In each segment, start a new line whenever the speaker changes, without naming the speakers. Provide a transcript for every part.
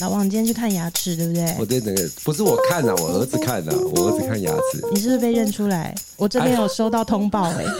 老王，你今天去看牙齿，对不对？
我哦对整个不是我看的、啊我儿子看的、我儿子看牙齿
你是不是被认出来？我这边有收到通报、哎，
哦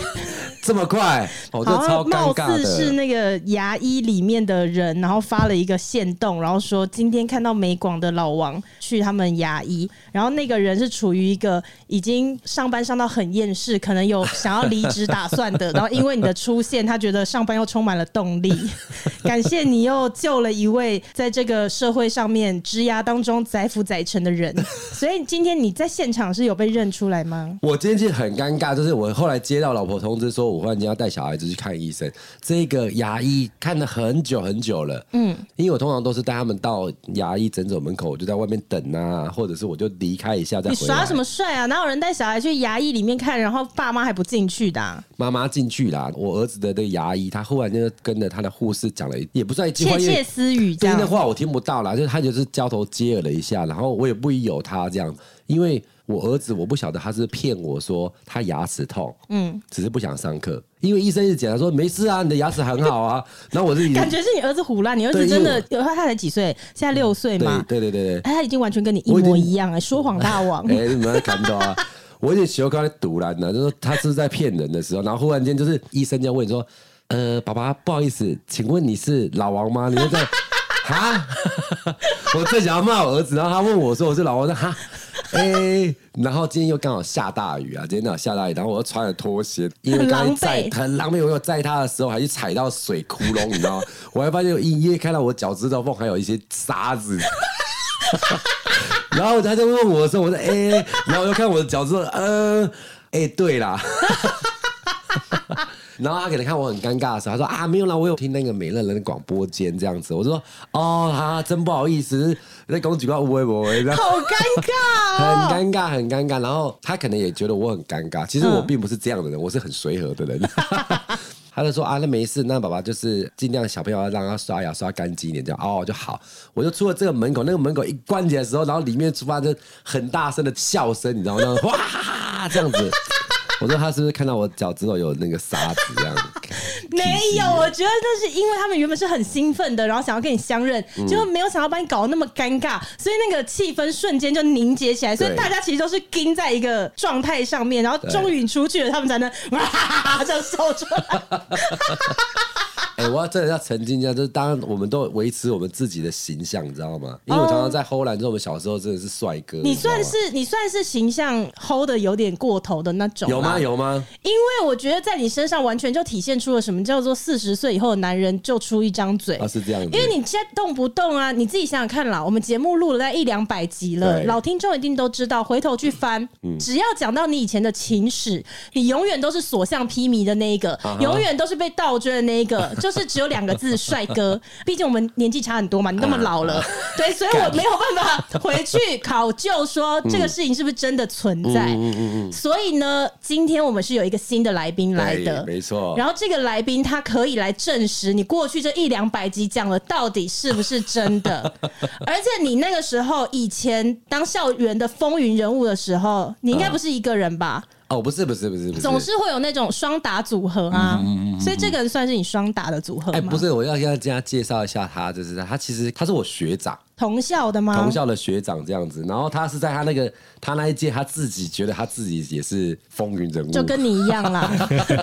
这么快，我、就
好
超
像
尴
貌
尬
似是
的。
那个牙医里面的人，然后发了一个线动，然后说今天看到美广的老王去他们牙医，然后那个人是处于一个已经上班上到很厌世，可能有想要离职打算 的，然后因为你的出现，他觉得上班又充满了动力， 感谢你又救了一位在这个社会上面职涯当中载浮载沉的 人，所以今天你在现场是有被认出来吗？
我今天其实很尴尬，就是我后来接到老婆通知说，我忽然间要带小孩子去看医生。这个牙医看了很久很久了，嗯，因为我通常都是带他们到牙医诊所门口，我就在外面等啊，或者是我就离开一下再
你
回来。
耍什么帅啊？哪有人带小孩去牙医里面看，然后爸妈还不进去的啊、
妈妈进去啦，我儿子的那个牙医，他忽然间就跟着他的护士讲了一，也不算一句话，
窃
因
窃
为
私语这
对
样
那。话我听不到啦，就是他就是交头接耳了一下，然后我也不疑有他这样，因为我儿子我不晓得他是骗我说他牙齿痛，嗯，只是不想上课，因为医生一直讲他说没事啊，你的牙齿很好啊，然后我自己
感觉是你儿子胡乱，你儿子真的，有他才几岁，现在六岁
对
嘛，
对对对对，
哎他已经完全跟你一
我已经
模一样哎、说谎大王。
哎、你们看到啊？我有点喜欢刚才堵拦啊了，就说他是在骗人的时候，然后忽然间就是医生这样问说：“呃，爸爸，不好意思，请问你是老王吗？”你就这样哈， 我最想要骂我儿子，然后他问我说我是老王，我说哈。哎、然后今天又刚好下大雨啊，今天刚好下大雨，然后我又穿了拖鞋，因为
很
刚才
狼狈
在很狼狈，我有在他的时候还去踩到水窟窿，你知 道吗？我还发现我隐约看到我脚趾头缝还有一些沙子，然后他就问我的时候，我说：“哎、然后我就看我的脚趾头，嗯、哎、对啦。”然后他可能看我很尴尬的时候，他说：“啊，没有啦，我有听那个美乐人的广播间这样子。”我就说：“哦，啊，真不好意思，那公举报微博这 样。”
好尴尬
很
哦！
尴尬，很尴尬。然后他可能也觉得我很尴尬，其实
嗯
我并不是这样的人，我是很随和的人。 他就说啊，那没事，那爸爸就是尽量小朋友要让他刷牙刷干净一点，这样哦就好。我就出了这个门口，那个门口一关起来的时候，然后里面出发就很大声的笑声，你知道吗？那种哇这 样子。我说他是不是看到我脚趾头有那个沙子这样子？
没有，我觉得那是因为他们原本是很兴奋的，然后想要跟你相认，
嗯
结果没有想到把你搞得那么尴尬，所以那个气氛瞬间就凝结起来，所以
对
大家其实都是盯在一个状态上面，然后终于你出去了，他们才能哇 哈哈哈这样笑出来。
哎、我要真的要澄清一下，就是当然我们都维持我们自己的形象，你知道吗？因为我常常在后来，就是我们小时候真的是帅哥，
哦你
知道吗啊
算是你算是形象 hold 的有点过头的那种，
有吗？。有吗？
因为我觉得在你身上完全就体现出了什么叫做四十岁以后的男人就出一张嘴。
啊，是这样子，
因为你现在动不动啊，你自己想想看啦，我们节目录了在一两百集了，
对嗯
老听众一定都知道，回头去翻，只要讲到你以前的情史，你永远都是所向披靡的那一个，
啊
永远都是被倒追的那一 个，就是只有两个字帅哥。毕竟我们年纪差很多嘛，你那么老
啊
了，对，所以我没有办法回去考究说这个事情是不是真的存在。
嗯
所以呢，今天我们是有一个新的来宾来的，
哎对没错。
然后这个来宾他可以来证实你过去这一两百集讲的到底是不是真 的，而且你那个时候以前当校园的风云人物的时候，你应该不是一个人吧？
哦，不是不是不是不是，嗯
总是会有那种双打组合啊，所以这个人算是你双打的组合
哎，
吗？
不是，我要跟大家介绍一下他，就是他他其实他是我学长，
同校的吗？
同校的学长这样子。然后他是在他那个他那一届，他自己觉得他自己也是风云人物，
就跟你一样 啦，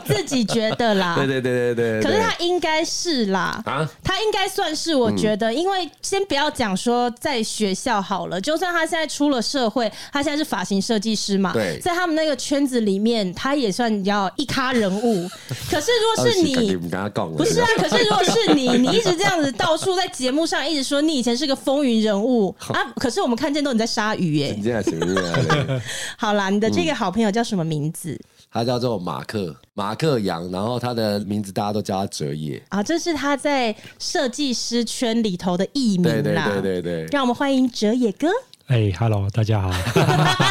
自己觉得啦。
对对对对对对。
可是
对
他应该是啦，
啊嗯
他应该算是我觉得，因为先不要讲说在学校好了，就算他现在出了社会，他现在是发型设计师嘛，
对
在他们那个圈子里面，他也算比较一咖人 物。可是如果是
啊
你
不。跟他讲了，
不是啊，可是如果是你，你一直这样子到处在节目上一直说你以前是个风云人物啊，可是我们看见都你在鲨鱼耶、
你这样行不行啊？对
好啦，你的这个好朋友叫什么名字、
他叫做马克马克杨，然后他的名字大家都叫他哲野。
啊？这是他在设计师圈里头的艺名
对对
啦。
对对对，
让我们欢迎哲野哥。
哎、h e l l o 大家好。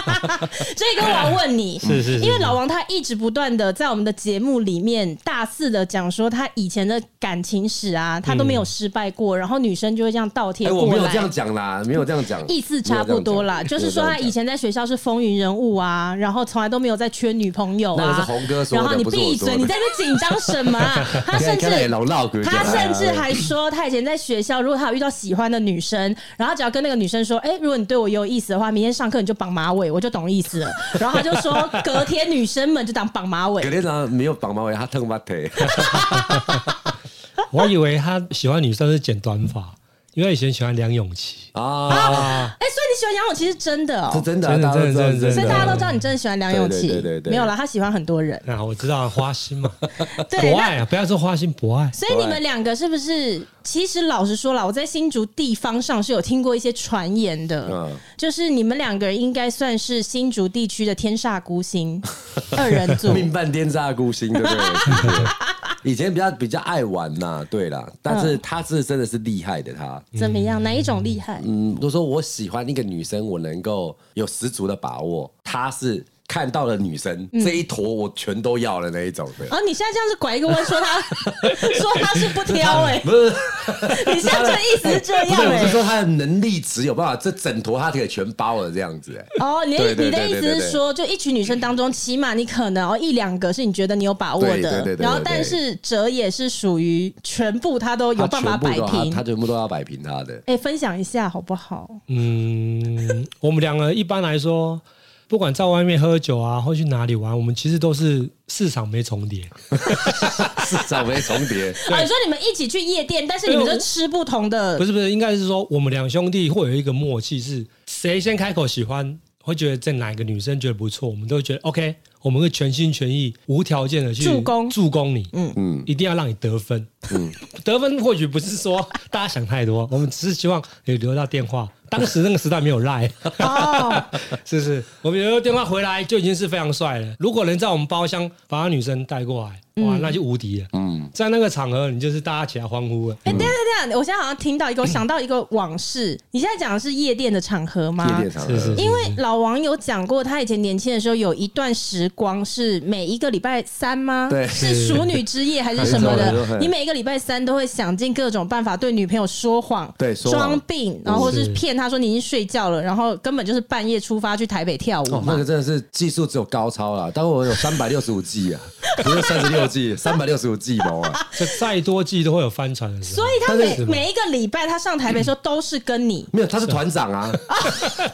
这个我要问 你，
是是是
因为老王他一直不断的在我们的节目里面大肆的讲说他以前的感情史啊，他都没有失败过，然后女生就会这样倒贴
哎，我
过
没有
来。
这样讲啦，没有这样讲，
意思差不多啦，
没有
就
这样讲
是说他
没有这样讲
以前在学校是风云人物啊，然后从来都没有在缺女朋友啊。
那个是洪哥说的
然后你
不是我
闭
说的
嘴，你在那边紧张什么 啊？ 他甚至
看来老绕哥
他甚至还说，他以前在学校，如果他有遇到喜欢的女生，然后只要跟那个女生说，哎、如果你对我有意思的话，明天上课你就绑马尾，我就懂意思了。然后他就说，隔天女生们就当绑马尾
隔。天早上没有绑马尾，他烫马腿，
我还以为他喜欢女生是剪短发，因为他以前喜欢梁咏琪。
啊，
哎、所以你喜欢杨永琪是真的
是
哦、
真的啊，
真的
大家都知道
真的
是
所
真
以
的
大家都知道你真的喜欢梁咏琪，
对对对对对
没有啦，他喜欢很多人。
那、啊我知道花心嘛，
对，
博
那
爱啊，不要说花心博爱。
所以你们两个是不是？其实老实说了，我在新竹地方上是有听过一些传言的，
嗯
就是你们两个人应该算是新竹地区的天煞孤星二人组。
命半天煞孤星，对不 对？以前比较比较爱玩呐，对啦，但
嗯
是他是真的是厉害的，他
怎么样？哪一种厉害？
嗯，都说我喜欢一个女生，我能够有十足的把握，她是看到了女生、
嗯
这一坨我全都要了那一种的。
啊！你现在这样子拐一个弯，说他 说他是不 挑 哎、
不是，
你现在这个意思是这
不
样
是，我
哎、
是说她的能力值有办法，这整坨她可以全包了这样子、哎
哦，你的
对对
你的
对
意
对
思
对
是
对
说，就一群女生当中，起码你可能哦一两个是你觉得你有把握
对对对
的
对，对
然后
对
但是哲也是属于全部他都有
她
办法
全部
摆
都啊要，
平
她。全部都要摆平她 的。
哎、分享一下好不好？
嗯，我们两个一般来说，不管在外面喝酒啊，或去哪里玩，我们其实都是市场没重叠。
市场没重 叠，
啊，你说你们一起去夜店，但是你们都吃不同的
不，是不是，应该是说我们两兄弟会有一个默契是，谁先开口喜欢，会觉得这哪个女生觉得不错，我们都觉得 OK，我们会全心全意、无条件的去
助攻
助攻你，
嗯
嗯嗯，一定要让你得分，嗯，得分或许不是说大家想太多，我们只是希望你留到电话。当时那个时代没有赖，
哦，
是不是？我们留到电话回来就已经是非常帅了。如果能在我们包厢把女生带过来，哇，那就无敌了。嗯，在那个场合，你就是大家起来欢呼了。
哎、等一下等一下，我现在好像听到一个，我想到一个往事。你现在讲的是夜店的场合吗？
夜店场合
是是
因为老王有讲过，他以前年轻的时候有一段时光是每一个礼拜三吗？
对
是熟女之夜还是什么
没错没
的？
错
你每一个礼拜三都会想尽各种办法对女朋友说谎，
对说谎
装病，然后或是
是
骗她说你已经睡觉了，然后根本就是半夜出发去台北跳舞
哦，
嘛。
那个真的是技术只有高超啦，但我有三百六十五 G 啊，不是三十六 G，三百六十五 G 毛啊，
这再多季都会有翻船的时
所
候。
以他
但
每
是
每一个礼拜他上台北的时候都是跟你。
没有，他是团 长啊，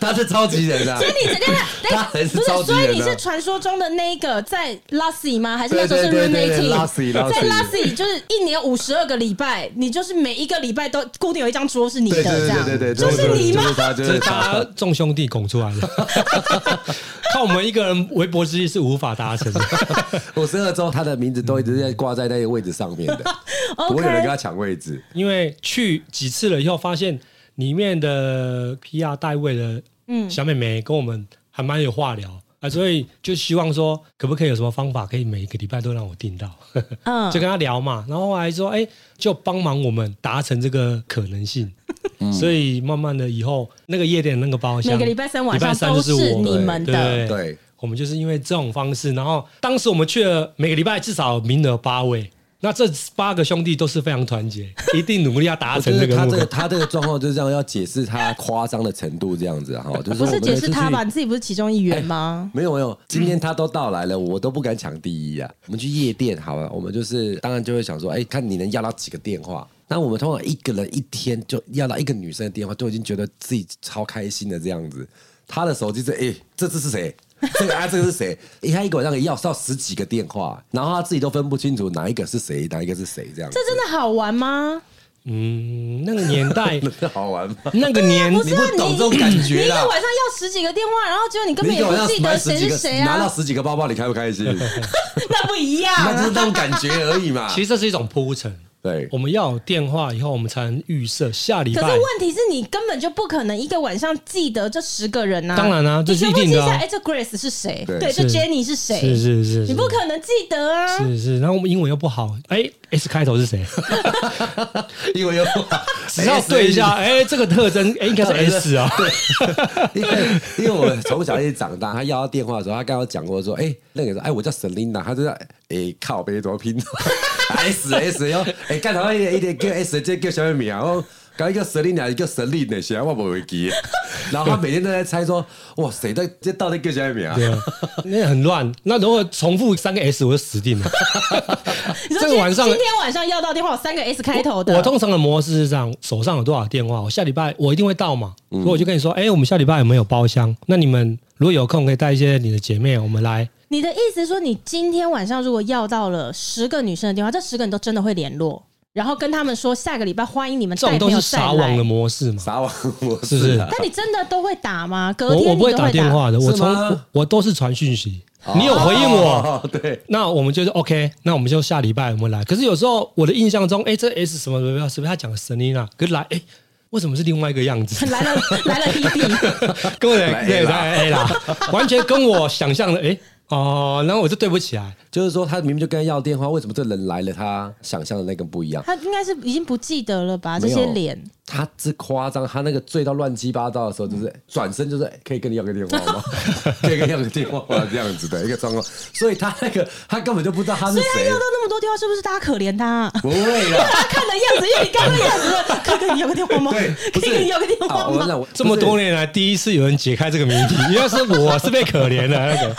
他是超级人啊
所，以你真的，
他
哎，
还
不
是超
是，
级
所
人啊
以你是传说中的那一个在 Lassie 吗？还是那时候是
对对对对
Roommating？
Lassie，Lassie
在 Lassie 就是一年五十二个礼拜，你就是每一个礼拜都固定有一张桌是你的，
对对
这样
对对对，
就是你吗
就？是他，就
这是
是
大
他
家。众兄弟拱出来的， 靠我们一个人微薄之力是无法达成的。
五十二周，他的名字都一直在挂在那个位置上面 的，不会有人跟
OK，
他抢位置。
因为去几次了以后，发现里面的 PR 代位的
嗯
小妹妹跟我们还蛮有话聊啊，所以就希望说，可不可以有什么方法，可以每一个礼拜都让我订到，
嗯
就跟他聊嘛。然后后来说，哎、就帮忙我们达成这个可能性。所以慢慢的以后，那个夜店那个包
嗯
厢，
每个礼拜三晚上
礼拜三就是
都是
我
你们的
对对
对，
我们就是因为这种方式，然后当时我们去了每个礼拜至少名额八位，那这八个兄弟都是非常团结，一定努力要达
我
成
觉
这
得
个
他
目
这
标
个。他这个状况就是这样，要解释他夸张的程度这样子啊 哈，就是说
不
我
是
们
解释他吧？
每
你自
次去
己不是其中一员吗？
哎没有没有，今天他都到来了，我都不敢抢第一啊。我们去夜店好了，我们就是当然就会想说，哎，看你能要到几个电话。那我们通常一个人一天就要到一个女生的电话，就已经觉得自己超开心的这样子。他的手机是，哎，这次是谁？这个啊，这个是谁？哎，他一个晚上可以要到十几个电话，然后他自己都分不清楚哪一个是谁，哪一个是谁这样子
这。真的好玩吗？
嗯，那个年代，
这好玩吗？
那个年
不是啊
你不懂这种感
你
觉
一个
啦
晚上要十几个电话，然后结果你根本
你
也
一个
不
晚上
记得
买十
谁
几
是
个
谁
拿到
啊，
十几个 包包，你开不开心？
那不一样
那就
啊
是那种感觉而已嘛。
其实这是一种铺陈，
对
我们要有电话以后，我们才能预设下礼
可是
拜。
问题是你根本就不可能一个晚上记得这十个人呐、
当然啊
你
这是
全部
一
记
定的啊
下来，哎、这 Grace 是谁？
对
对，这
是
Jenny 是
是
谁？
是是，
你不可能记得啊！
是是，然后我们英文又不好，哎、s 开头是谁？
因为有
只要对一下，，哎、这个特征，哎、应该是 S 啊。
因为因为我从小一直长大，他要他电话的时候，他刚刚讲过说，哎、那个人说，哎、我叫 Selina，他就在，哎、靠背怎么拼 ？S S 哟，哎，干啥一点一点叫 S 这叫什么名啊？我刚叫 Selina，叫 Selina，谁我不会记。 然后他每天都在猜说，哇，谁的这到底叫什么名啊？
对啊，那很乱。那如果重复三个 S，我就死定了。
你说
这
今
个晚上
今天晚上要到电话，有三个 S 开头的，
我通常的模式是这样：手上有多少电话，我下礼拜我一定会到嘛。
嗯
所以我就跟你说，哎、我们下礼拜有没有包厢？那你们如果有空，可以带一些你的姐妹，我们来。
你的意思是说，你今天晚上如果要到了十个女生的电话，这十个你都真的会联络，然后跟他们说下个礼拜欢迎你们
这
带
种都
朋友
是
再
撒网的
来。
模式嘛。
撒网模
是不是
式啊？
但你真的都会打吗？隔
我
天
我
你
不
都
会
会
打电话的，我
是
从
吗
我我都是传讯息。你有回应我，
哦，对，
那我们就是 OK，那我们就下礼拜我们来。可是有时候我的印象中，哎、这 S 什么什么，是不是他讲 Selina？可是来，哎、为什么是另外一个样 子？
来了来了 DD，
跟我的
来
对
A 啦
来 A 啦，完全跟我想象的哎、哦，然后我就对不起来。
就是说他明明就跟他要电话，为什么这人来了，他想象的那个不一样？
他应该是已经不记得了吧？啊这
没有
些脸，
他之夸张，他那个醉到乱七八糟的时候，就是
嗯
转身就是可以跟你要个电话吗？ 可以跟你要个电话吗？这样子的一个状况，所以他那个他根本就不知道他是
所以他
谁
要到，那么多电话，是不是大家可怜他、
不会啦。
他看的样子，因为你刚刚样子，可以跟你要个电话吗？
对，
可
不
以跟
是
你要个电话
好我
吗？
那我
这么多年来，第一次有人解开这个谜题，原来是我是被可怜的那个。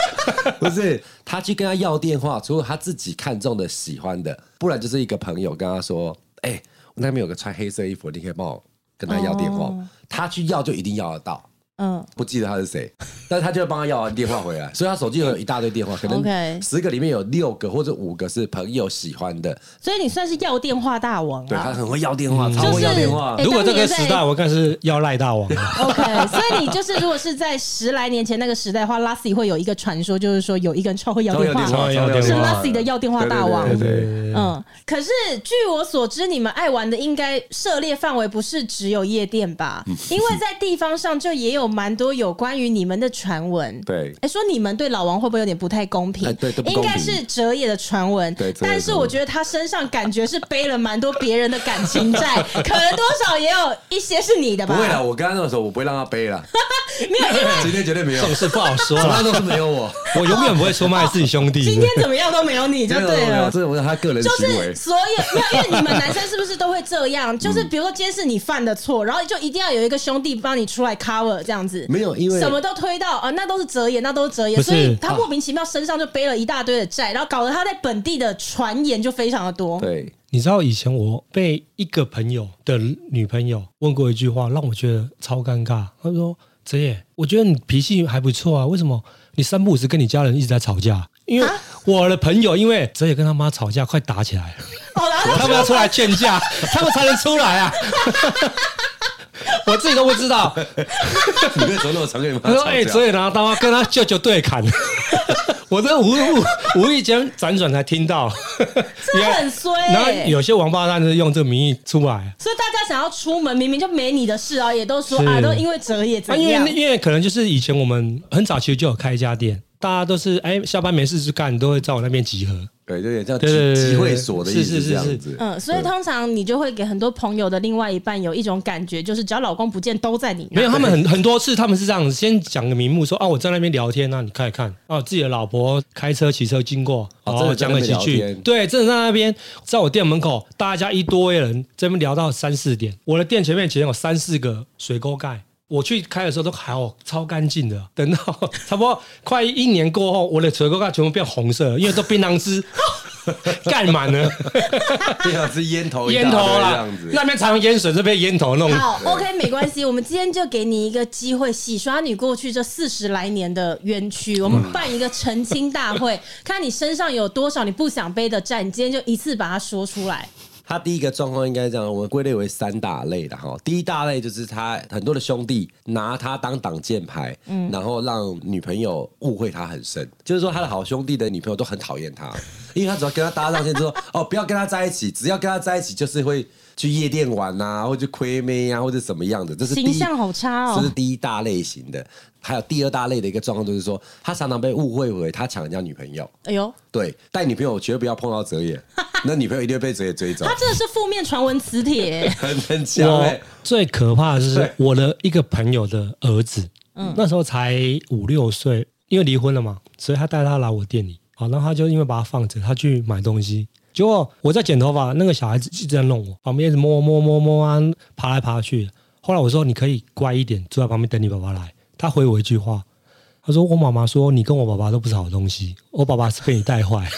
不是他去跟他要电话，除了他自己看中的、喜欢的，不然就是一个朋友跟他说：“哎、我那边有个穿黑色衣服，你可以帮我跟他要电话。
哦
他去要就一定要得到。
嗯，
不记得他是谁，但是他就会帮他要完电话回来，所以他手机有一大堆电话，可
OK
能十个里面有六个或者五个是朋友喜欢的，
所以你算是要电话大王
对他
啊。
很会要电话，
就
超会
是
要电话
哎。
如果这个时
当年在
代，我更是要赖大王。啊
OK，所以你就是如果是在十来年前那个时代的话 l a s s i 会有一个传说，就是说有一个人超会要
超会
电
要
话，
电话，
要
超会
是
电话
Lassie 的要电话大王。
对对对对对
对
嗯，可是据我所知，你们爱玩的应该涉猎范围不是只有夜店吧？
嗯
因为在地方上就也有蛮多有关于你们的传闻。
对
哎、说你们对老王会不会有点不太公平？
哎对这不
应
公平
该是哲野的传闻。
对哲野的传闻
但是我觉得他身上感觉是背了蛮多别人的感情债，可能多少也有一些是你的
不
吧？
会啦，我刚刚那个时候我不会让他背了，
没有，因为
今天绝对没有
这，种事不好 说
从来
啦，
都是没有我，
我永远不会出卖自己兄弟。
今天怎么样都没有你就
没有没
对
有没有
了。
这是我是他个人
就
行
是
为。
所有没有，因为你们男生是不是都会这 样？就是
嗯
比如说今天是你犯的错，然后就一定要有一个兄弟帮你出来 cover 这样子。
没有因为
什么都推到啊、那都是折眼，那都是折眼，
不是啊
所以他莫名其妙身上就背了一大堆的债，然后搞得他在本地的传言就非常的多。
对，
你知道以前我被一个朋友的女朋友问过一句话，让我觉得超尴尬。她说：“哲野，我觉得你脾气还不错啊，为什么你三不五时跟你家人一直在吵架？”因为
啊
我的朋友，因为哲野跟他妈吵架，快打起来了，
哦，然后
他们要出来劝 架，他们才能出来啊。我自己都不知道。
你为什么那么常跟你
他
妈
说：“
吵
哎、
架？
哲野拿刀跟他舅舅对 砍。”我真的无无无意间辗转才听到，
真的很衰、
然后
欸。
有些王八蛋是用这个名义出来。啊
所以大家想要出门，明明就没你的事啊，也都说
是
啊，都因为折也
啊，
怎
因
样
为？因为可能就是以前我们很早其实就有开一家店，大家都是哎、下班没事就干，都会在我那边集合。
对，有点像
对对对
集
对
集会所的意
是是
思，
是
这
是
样子。
嗯，所以通常你就会给很多朋友的另外一半有一种感觉，就是只要老公不见，都在你那。
没有，他们很很多次他们是这样子，先讲个名目说啊，我在那边聊天啊，你看一看啊，自己的老婆开车骑车经过，
哦
然
真
后
的在
讲
那
了
边
几
聊
句，
天
对，真的在那边，在我店门口，大家一堆人这边聊到三四点，我的店前面其实有三四个水沟盖。我去开的时候都还好，超干净的。等到差不多快一年过后，我的水沟盖全部变红色了，因为都槟榔汁 盖满了。
就像是烟头一大
烟
堆
头
这
啦
样子，。
那边常用烟水，这边烟头弄。
嗯
好，OK，没关系，我们今天就给你一个机会，洗刷你过去这四十来年的冤
嗯
屈。我们办一个澄 清大会，看你身上有多少你不想背的债，你今天就一次把它说出来。
他第一个状况应该这样，我们归类为三大类的哈。第一大类就是他很多的兄弟拿他当挡箭牌，
嗯
然后让女朋友误会他很深，就是说他的好兄弟的女朋友都很讨厌他， 因为他只要跟他搭上线之后， 哦，不要跟他在一起，只要跟他在一起就是会去夜店玩啊，或者去亏妹啊，或者什么样的，这是第一
形象好差哦
这是第一大类型的。还有第二大类的一个状况就是说，他常常被误会为他抢人家女朋友。
哎呦，
对，带女朋友绝对不要碰到哲 野，那女朋友一定会被哲野追走
他，真的是负面传闻磁铁、
很很强哎、
我最可怕的是
对
我的一个朋友的儿子，那时候才五六岁，因为离婚了嘛，所以他带他来我店里，好，然后他就因为把他放着，他去买东西。结果我在剪头发，那个小孩子一直在弄我，旁边一直摸摸摸摸啊，爬来爬去。后来我说你可以乖一点，坐在旁边等你爸爸来。他回我一句话，他说我妈妈说你跟我爸爸都不是好东西，我爸爸是被你带坏。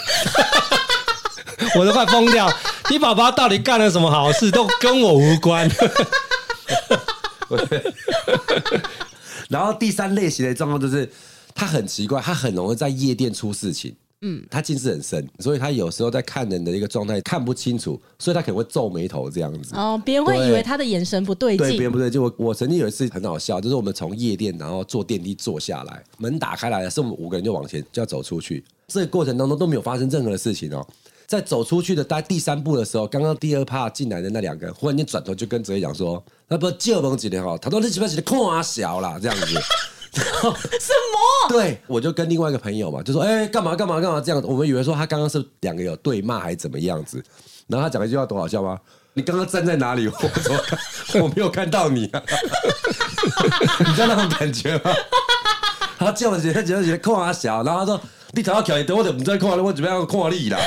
我都快疯掉！你爸爸到底干了什么好事？都跟我无关。
然后第三类型的状况就是，他很奇怪，他很容易在夜店出事情。嗯，他近视很深，所以他有时候在看人的一个状态看不清楚，所以他可能会皱眉头这样子。
哦，别人会以为
对
他的眼神不对
对，别
劲
人。不对，就我我曾经有一次很好笑，就是我们从夜店然后坐电梯坐下来，门打开来了，是我们五个人就往前就要走出去，这个过程当中都没有发生任何的事情哦。在走出去的大概第三步的时候，刚刚第二趴进来的那两个人忽然间转头就跟哲一讲说：“那不借蒙几年哈，哦他说你几不几的空啊小啦这样子。”
什么？
对，我就跟另外一个朋友嘛，就说：“哎、干嘛干嘛干嘛这样子？”我们以为说他刚刚是两个有对骂还是怎么样子，然后他讲一句话多好笑吗？你刚刚站在哪里？ 我怎么看？我没有看到你啊！ 你知道那种感觉吗？ 他叫我姐，他姐姐姐看他小，然后他说：“你头要挑一等我怎么在看？我怎么样看你啦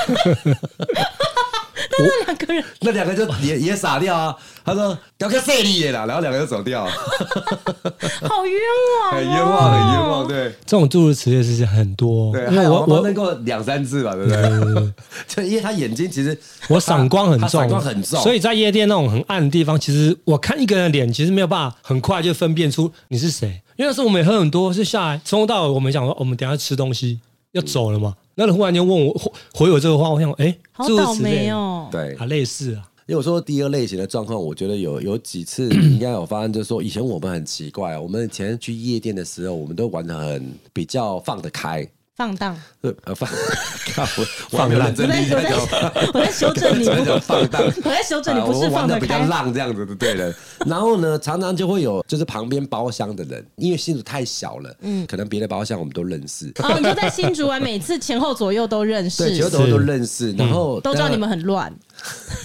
但是两个人，？”
那两个就也也傻掉啊！他说：“要看谁你啦！”然后两个就走掉，
好冤枉、哦，
很冤枉，很冤枉，。对。
这种诸如此类的事情很多，
对，
因
还
为
有
我
我我
我
那过两三次吧，对不对？ 就因为他眼睛其实
我闪光很
他
重，
闪光很重，
所以在夜店那种很暗的地方，其实我看一个人的脸，其实没有办法很快就分辨出你是谁。因为那时候我们也喝很多，是下来从头到尾我们想说，我们等一下吃东西
嗯
要走了嘛，那人忽然间问我回回我这个话，我想哎，
好
诸如
倒
此类
霉
的，
哦！
对。
啊，类似啊，
因为我说第二类型的状况，我觉得 有有几 次应该有发生，就是说以前我们很奇怪哦，我们以前去夜店的时候，我们都玩的很比较放得开，
放荡，
对，呃放 看我我
放
没有
烂
我
认真
在
听
我
在讲
在我在修正你，
真的放荡
我在修正你，
啊
不
我
是
们
放
玩
得
的比较
开。
浪这样子的，对 的。然后呢，常常就会有就是旁边包厢的人，因为新竹太小了，嗯，可能别的包厢我们都认识，
哦，你就在新竹玩，每次前后左右都认
对，其
识
实，都都认识，
嗯
然后
都知道你们很 乱，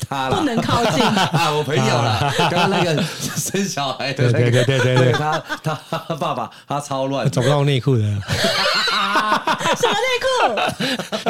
他啦
不能靠近。
啊， 我朋友啦，刚刚那个 生小孩的那个，
对对对对 对
他他他爸爸他超乱，
找不到内裤的，
什么内裤？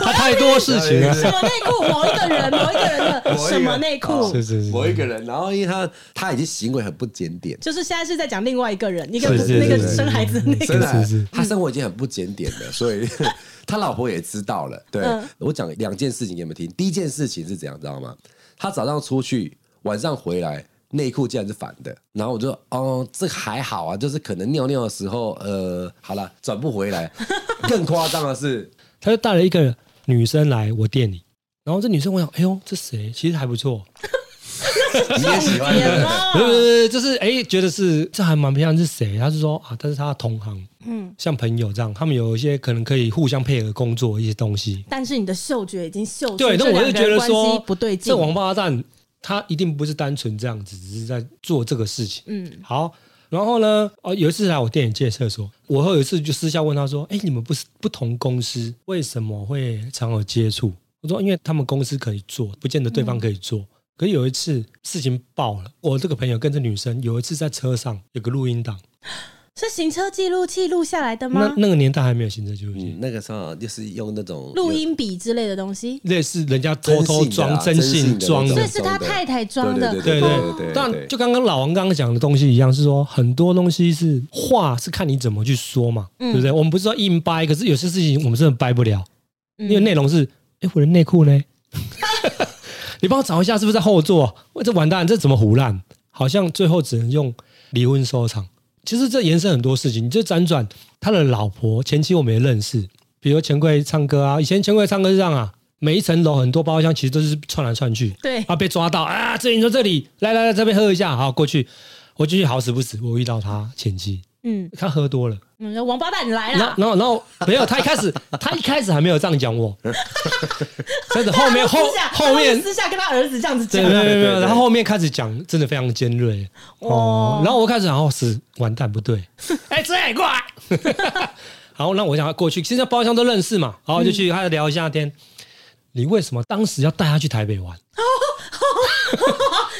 他太多事情了，
什么内裤？某一个人，某一个人的
某一个
什么内裤？
是是是，
某一个人，然后因为他他已经行为很不检点，
就是现在是在讲另外一个人，一个
是是
那个
是是
生孩子 的那
真
个
的啊
是是
他生活已经很不检点了，所以 他老婆也知道了。对
嗯
我讲两件事情给你们听，第一件事情是怎样，知道吗？他早上出去，晚上回来。内裤竟然是反的，然后我就哦，这个还好啊，就是可能尿尿的时候，呃，好了，转不回来。更夸张 的是，
他就带了一个女生来我店里，然后这女生我想，哎呦，这谁？其实还不错，
你也喜欢
点
的，
吗
不？是不是，就是哎、觉得是这还蛮漂亮，是谁？他是说啊，但是他的同行，嗯，像朋友这样，他们有一些可能可以互相配合工作一些东西。
但是你的嗅觉已经嗅出
对，那
这
我
两
就
个
觉
人
得
关
说
系不对劲
这。王八蛋他一定不是单纯这样子，只是在做这个事情。嗯，好。然后呢？哦，有一次来我店里借厕所，我有一次就私下问他说：“哎，你们不是不同公司，为什么会常有接触？”我说：“因为他们公司可以做，不见得对
嗯
方可以做。可是有一次事情爆了，我这个朋友跟着女生有一次在车上有个录音档，
是行车记录器录下来的
那
吗？
那个年代还没有行车记录器，
嗯，那个时候就是用那种
录音笔之类的东西，
类似人家偷偷装
真
真
性
性
的
装
那
所以
种
的，
是他太太装
对
的。哦
对
对
对
对
对对
但就刚刚老王刚刚讲的东西一样，是说很多东西是话是看你怎么去说嘛，对不对？我们不是说硬掰，可是有些事情我们真的掰不了，
嗯
因为内容是，哎，我的内裤呢？你帮我找一下，是不是在后座？我这完蛋，这怎么胡乱？好像最后只能用离婚收场。其实这延伸很多事情，你这辗转他的老婆前妻我们也认识，比如钱柜唱歌啊，以前钱柜唱歌是这样啊，每一层楼很多包厢其实都是串来串去，
对
啊，被抓到啊，这里你说这里，来来来这边喝一下，好过去，我进去好死不死，我遇到他前妻，
嗯，
他喝多了。
你说王八蛋你来
然后
啦，，
然后，然后没有，他一开始，他一开始还没有这样 讲我，真的，后面后
私下
后
啊他
面
会，私下跟他儿子这样子
对
讲
对，
对
对对，然后后面开始讲，真的非常尖锐哦
哦。
然后我开始，然后是完蛋，不 对，哎，志磊过来，然后那我想要过去，现在包厢都认识嘛，然后
嗯
就去，他聊一下天。你为什么当时要带他去台北玩？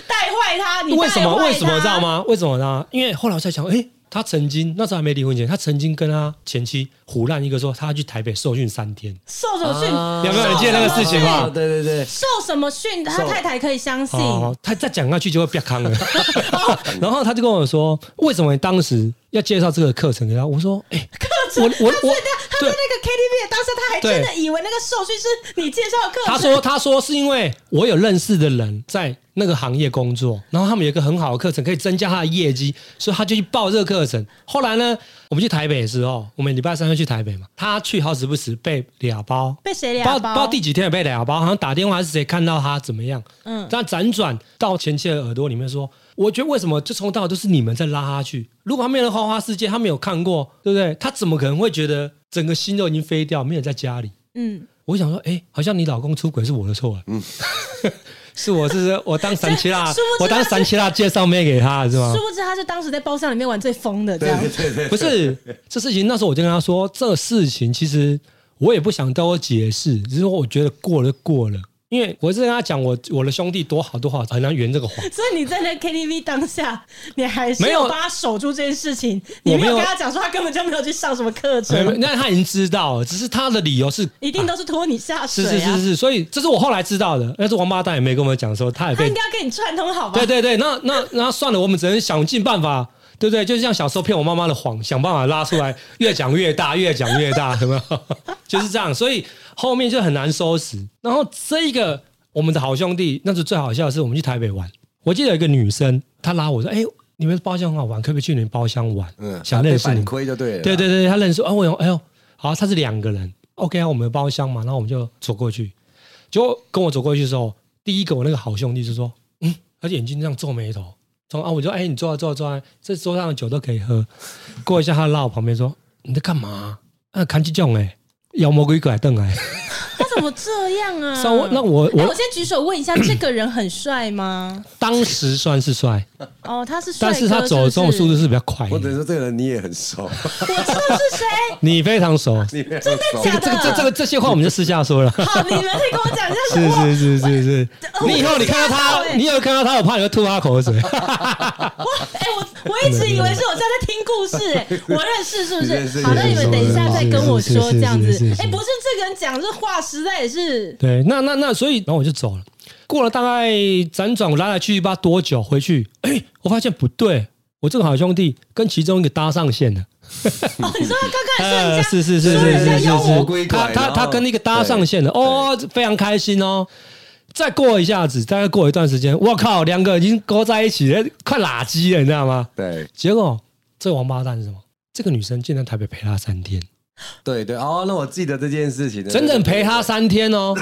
带坏他，你
为什么？
带坏啊他
为什么知道？吗？为什么呢？因为后来我在想，哎、他曾经那时候还没离婚前，他曾经跟他前妻胡乱一个说，他要去台北受训三天。
受什么训？
啊
有没有人记得那个事情吗
啊对对对，
受什么训？他
受
太太可以相信，
哦，他再讲下去就会变康了。 然后他就跟我说，为什么你当时要介绍这个课程给他？我说，哎、我我我，
他在
对，
那个 KTV 的当时，他还真的以为那个受训是你介绍的课程。
他说他说是因为我有认识的人在那个行业工作，然后他们有一个很好的课程可以增加他的业绩，所以他就去报这个课程。后来呢，我们去台北的时候，我们礼拜三要去台北嘛，他去好死不死被俩包。
被谁
不知道
俩
不知道
啊包？
第几天也被俩包，好像打电话还是谁看到他怎么样，
嗯
但辗转到前妻的耳朵里面说，我觉得为什么就从头到尾都是你们在拉他去？如果他没有花花世界，他没有看过，对不对？他怎么可能会觉得整个心都已经飞掉，没有在家里？
嗯，
我想说，哎、好像你老公出轨是我的错、啊，嗯， 是我是我当三七辣
这殊，不知
我当三七辣介绍妹给他是吗
殊？不知他是当时在包厢里面玩最疯的这样。
不是，这事情那时候我就跟他说，这事情其实我也不想多解释，只是我觉得过了就过了，因为我是跟他讲我我的兄弟多好多好，很难圆这个谎。
所以你在那 KTV 当下，你还是
没有
有帮他守住这件事情，你
我
没
没有
有跟他讲说他根本就没有去上什么课
没有
程，
那他已经知道了，只是他的理由是。啊
一定都是拖你下水
是是
啊
是。是，所以这是我后来知道的。但是王八蛋也没跟我们讲说，他也
他
被
应该要跟你串通好吧
对？对对，那那那算了，我们只能想尽办法，对不对？就像小时候骗我妈妈的谎，想办法拉出来，越讲越大，越讲越 大， 有没有？就是这样，所以后面就很难收拾。然后这一个我们的好兄弟，那是最好笑的是，我们去台北玩，我记得有一个女生，她拉我说：“哎、你们包厢很好玩，可不可以去你们包厢玩？
嗯，
想
被
认识
反
你们。”
亏就对了，
对对对，他认识啊，我有哎呦，好，他是两个人，OK 啊，我们有包厢嘛，然后我们就走过去，结果跟我走过去的时候，第一个我那个好兄弟就说，嗯，他眼睛这样皱眉头，从啊我就哎你坐啊坐啊坐啊，这桌上的酒都可以喝，过一下他绕我旁边说你在干嘛啊？看这种哎，妖魔鬼怪瞪哎，
他怎么这样啊？
稍微那我
哎，我
我
先举手问一下，这个人很帅 吗？
当时算是帅，
哦，他是帅
但
哥，
是他走的这种
是
速
不
度
是，
是比较快
我只
的
能，说这个人你也很熟，
我知道是谁。
你非常熟，
你也 很 熟。
真的假的
这个这这个这些话我们就私下说了。
好，你们再跟我讲一下
是
我
是是是是，
我
你以后你看到
我知道
他，
欸
你以后看到他，我怕你会吐他口 水。
哇，哎、我我一直以为是我正在听故事、哎，我认识是不
你认识
是？好，那你们等一下再跟我说这样子
是是是是是。是
哎、不是这个人讲这话，实在也是
对，那那那，所以然后我就走了。过了大概辗转我来来去去不知道多久，回去，哎、我发现不对，我这个好兄弟跟其中一个搭上线了。
哦，你说他刚开始说人家、
呃是是是
说
是
人家
是是
妖
魔
是
鬼，
他
怪
他
然后
他跟那个搭上线了，
对
哦，非常开心哦。再过一下子，大概过一段时间，我靠，两个已经勾在一起了，快拉鸡了，你知道吗？
对
结果这王八蛋是什么？这个女生竟然台北陪他三天，
对对，哦，那我记得这件事情了，
整整陪他三天 哦。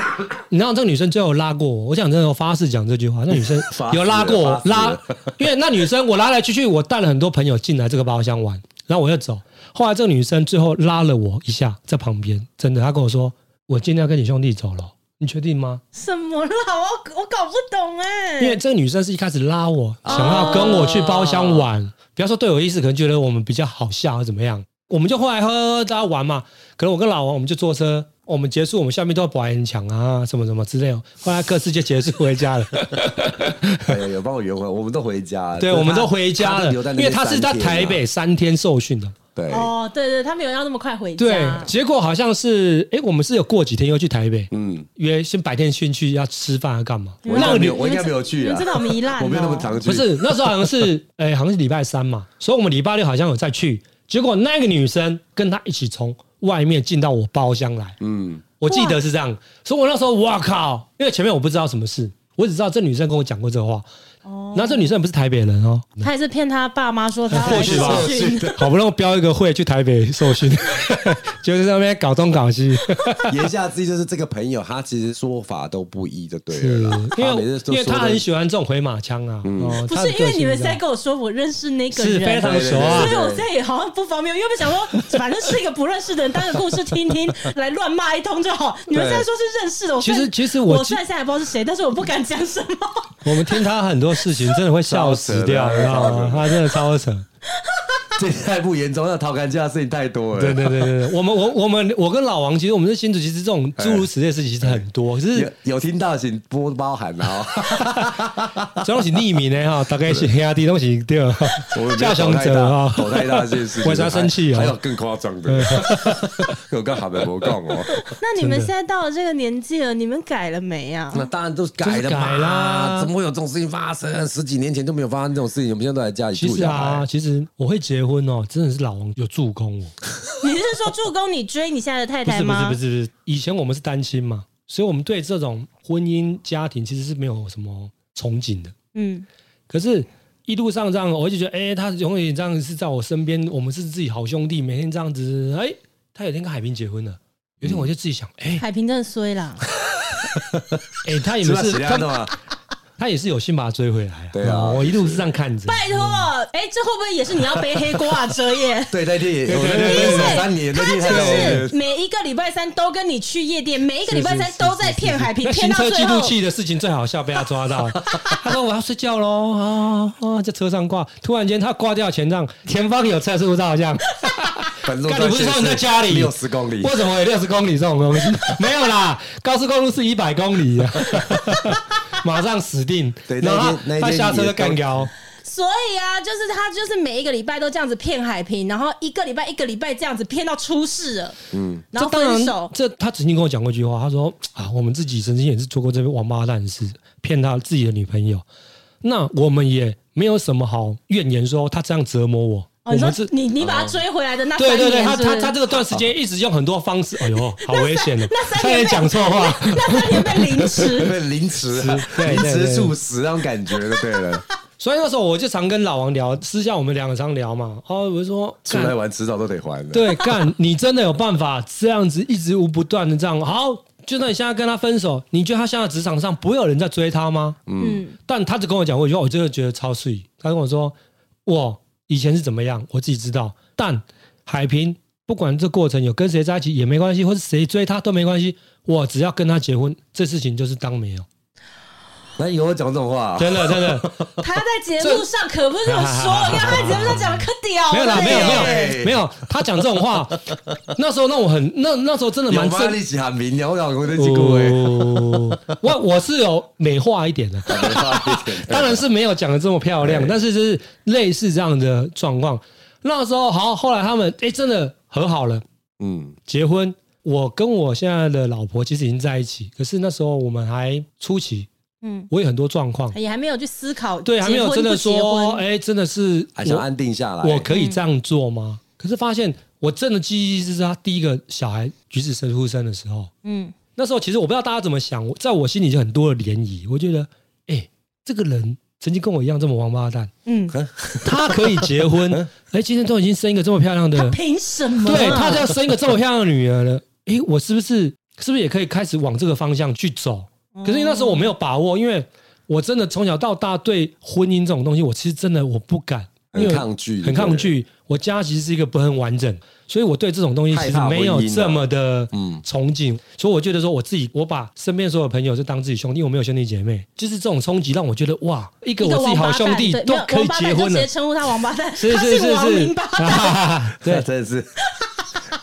你知道这个女生最后有拉过我，我讲真的，我发誓讲这句话，那女生
发誓
有拉过我
发，誓
拉，因为那女生我来来去去，我带了很多朋友进来这个包厢玩，然后我就走。后来这个女生最后拉了我一下，在旁边，真的，她跟我说：“我今天要跟你兄弟走了，你确定吗
什么啦，我我搞不懂哎、？”
因为这个女生是一开始拉我，想要跟我去包
哦
厢玩，不要说对我有意思，可能觉得我们比较好笑或怎么样，我们就后来喝喝喝大家玩嘛。可能我跟老王我们就坐车，我们结束我们下面都要保安墙啊，什么什么之类的。后来各自就结束回家了。
哎有有帮我圆回，我们都回家了，
对，
他
我们都回家
啊他
了，
留在那
因
边
为他是在
三天啊
台北，三天受训的。
对
哦，对对，他没有要那么快回家。
对，结果好像是，哎，我们是有过几天又去台北，
嗯，
约先白天训去要吃饭要干嘛？
我应
那
该
个
没
女
有，我应该没有去
你
啊
们，真的好糜烂、哦。
我没有那么常去，
不是那时候好像 是，哎，好像是礼拜三嘛，所以我们礼拜六好像有再去。结果那个女生跟他一起从外面进到我包厢来，
嗯，
我记得是这样，所以我那时候哇靠，因为前面我不知道什么事，我只知道这女生跟我讲过这话，
哦
然后这女生也不是台北人哦，
他也是骗他爸妈说他要来
或许吧
受训，
好不容易标一个会去台北受 训，就是在那边搞东搞西，
言下之意就是这个朋友他其实说法都不一，就对
是
了啦。
因
每
为
次都
因为
说
他
的
很喜欢这种回马枪啊，哦
不
他的
是因
个
为
性
你们
这
在
样
跟我说我认识那个
是非
人。
常熟啊
所以，我现在也好像不方便，因为我想说，反正是一个不认识的人，当个故事听听，来乱骂一通就好。你们现在说是认识的，我
其实
虽然
其实我
我虽然现在也不知道是谁，但是我不敢讲什么。
我们听他很多事情真的会笑死
超
掉，你
扯的
知道吗？他真的超扯。
这太不严重，那逃干家的事情太多了。
对对对对对，我们我我们我跟老王，其实我们是新竹，其实这种诸如此类的事情其实很多，只是
有有听到请多包涵啦 哦。
这东西匿名的哈，大概是黑压低东西对吧
我？
叫
想
熊者啊
大，
哈，
搞太大件 事情，
为啥生气啊
还有更夸张的， 我跟好的我讲哦。
那你们现在到了这个年纪了，你们改了没啊？
那当然都是改
就是
的
改啦
嘛，怎么会有这种事情发生？十几年前都没有发生这种事情，我们现在都在家里
其
住
实
小
啊，
孩。
其实我会结婚哦，真的是老王有助攻我。
你是说助攻你追你现在的太
不
太
是不是
吗？
不是不是，以前我们是单亲嘛，所以我们对这种婚姻家庭其实是没有什么憧憬的。
嗯，
可是，一路上这样，我就觉得，哎、他永远这样是在我身边，我们是自己好兄弟，每天这样子，哎、他有一天跟海平结婚了，有一天我就自己想，哎、
海平真的衰啦，
哎、他也
是吧？
是
谁来
他
的嘛？
他也是有幸把他追回来、啊，
对啊
哦我一路是这样看着，
拜托，哎、这会不会也是你要背黑锅啊？遮夜？
对，那天也，
对
我那
对
天
对
也
对
有三年，那
他
天
就
还有
是每一个礼拜三都跟你去夜店，每一个礼拜三
是是是
都在骗海平，
那
骗
行
到
车
最
记录
后。
器的事情最好笑，被他抓到。 他说我要睡觉喽啊啊，在车上挂，突然间他挂掉前账，前方有测速照相。
本周
干你不是说你在家里
六十公里
为，什么有六十公里这种东西？ 没有啦，高速公路是一百公里啊， 马上死定。
对
然后
那一天那一
他他
天
下车
你
就
的
干
高
掉，
所以啊，就是他就是每一个礼拜都这样子骗海平，然后一个礼拜一个礼拜这样子骗到出事了，嗯，然后
这当
分
然
手。
这他曾经跟我讲过一句话，他说啊，我们自己曾经也是做过这个王八蛋的事，骗他自己的女朋友。那我们也没有什么好怨言，说他这样折磨我。
哦，
我
你说
们是啊
你你把他追回来的那三
对
年
对对，他
是不
他
是
他这个段时间一直用很多 方式，哎呦，好危险哦！
那三
差
年
点讲错话。
那三年被凌迟，
被凌迟
是
啊，
对
凌
对对
迟处死那种感觉就对了。
所以那时候我就常跟老王聊，私下我们两个常聊嘛。哦，我就说，
出来
干
玩迟早都得还的。
对，干，你真的有办法这样子一直无不断的这样？好，就算你现在跟他分手，你觉得他现在职场上不会有人在追他吗？
嗯，
但他只跟我讲过一句话，我真的觉得超碎。他跟我说，我以前是怎么样，我自己知道。但海平不管这过程有跟谁在一起也没关系，或是谁追他都没关系，我只要跟他结婚，这事情就是当没有。
那以后讲这种话啊，
真的，真的。
他在节目上可不是这么 说，你看他在节目上讲的可屌
没有啦，
了，
没有没
对
有 没有，他讲这种话，那时候那我很那那时候真的蛮
有发
正
力。气喊明了，我老公在经过哎，
哦，我我是有美化一点的，
没发力气
当然是没有讲的这么漂亮，
对
但是就是类似这样的状况。那时候好，后来他们哎、诶真的和好了，
嗯，
结婚。我跟我现在的老婆其实已经在一起，可是那时候我们还初期，
嗯，
我有很多状况，
也还没有去思考，
对，还没有真的说，哎、
哎，
真的是
还想
我
安定下来。
我可以这样做吗？可是发现我真的记忆是他第一个小孩橘子生出生的时候，
嗯，
那时候其实我不知道大家怎么想，我在我心里就很多的涟漪，我觉得，哎、这个人曾经跟我一样这么王八蛋，
嗯，
他可以 结婚，
嗯
哎、今天都已经生一个这么漂亮
他
的，
凭什么、啊？
对他就要生一个这么漂亮的女儿了，哎、我是不是是不是也可以开始往这个方向去走？
嗯
可是那时候我没有把握，因为我真的从小到大对婚姻这种东西，我其实真的我不敢，因
很
为
抗拒，
很抗拒。我家其实是一个不很完整，所以我对这种东西其实没有这么的
嗯
憧憬。所以我觉得说，我自己我把身边所有朋友就当自己兄弟，我没有兄弟姐妹，就是这种冲击让我觉得哇，一个
一
我
个
自己
王八蛋
好兄弟
对
都
没有
可以
王八蛋
结
就
婚
直
了
接，称呼他王八蛋，
是
他
是
姓
是
王
是
明吧，？
对，
对，
真的是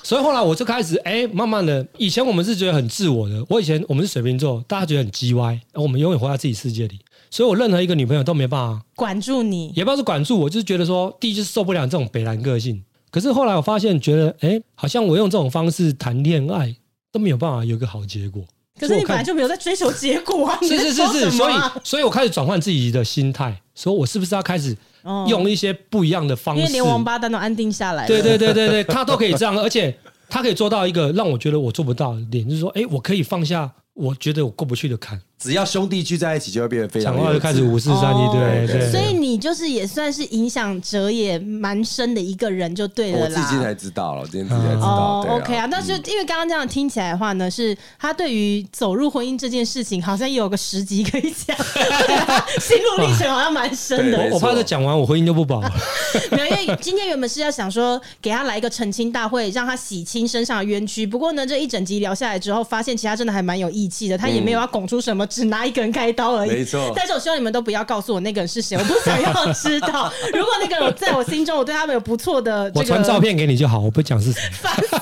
所以后来我就开始哎、慢慢的，以前我们是觉得很自我的，我以前我们是水瓶座，大家觉得很叽歪，我们永远活在自己世界里，所以我任何一个女朋友都没办法
管住你，
也不知道是管住我，就是觉得说，第一就是受不了这种北兰个性。可是后来我发现，觉得哎、诶好像我用这种方式谈恋爱都没有办法有一个好结果。
可是
所以
你
我
本来
看
就没有在追求结果啊，
是是是是，所以
以
所以我开始转换自己的心态，说我是不是要开始用一些不一样的方
因为
式？
连王八蛋都安定下来了，
对对对对对，他都可以这样，而且他可以做到一个让我觉得我做不到的点，就是说，哎、我可以放下我觉得我过不去的坎。
只要兄弟聚在一起，就会变得非常
讲话就开始
幼稚
五四三一，对
对
对。
哦所以你就是也算是影响哲也蛮深的一个人，就对了
我
啦。
自己今天才知道了，我今天自己才知道。
哦
对
，OK 啊，那就因为刚刚这样听起来的话呢，是他对于走入婚姻这件事情，好像有个十集可以 讲，心路历程好像蛮深的
对。
我怕他讲完，我婚姻就不保了。
没有，因为今天原本是要想说给他来一个澄清大会，让他洗清身上的冤屈。不过呢，这一整集聊下来之后，发现其他真的还蛮有义气的，他也没有要拱出什么，只拿一个人开刀而已。
没错
但是我希望你们都不要告诉我那个人是谁，我不想要知道。如果那个人我在我心中，我对他们有不错的这
我
个
传照片给你就好，我不讲是谁。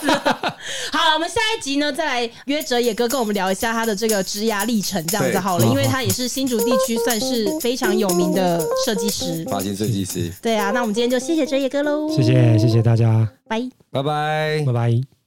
好，我们下一集呢，再来约哲野哥跟我们聊一下他的这个职涯历程，这样子
对
好了，因为他也是新竹地区算是非常有名的设计师。
发型设计师，
对啊，那我们今天就谢谢哲野哥喽，
谢谢谢谢大家，
拜。
拜拜
拜。拜。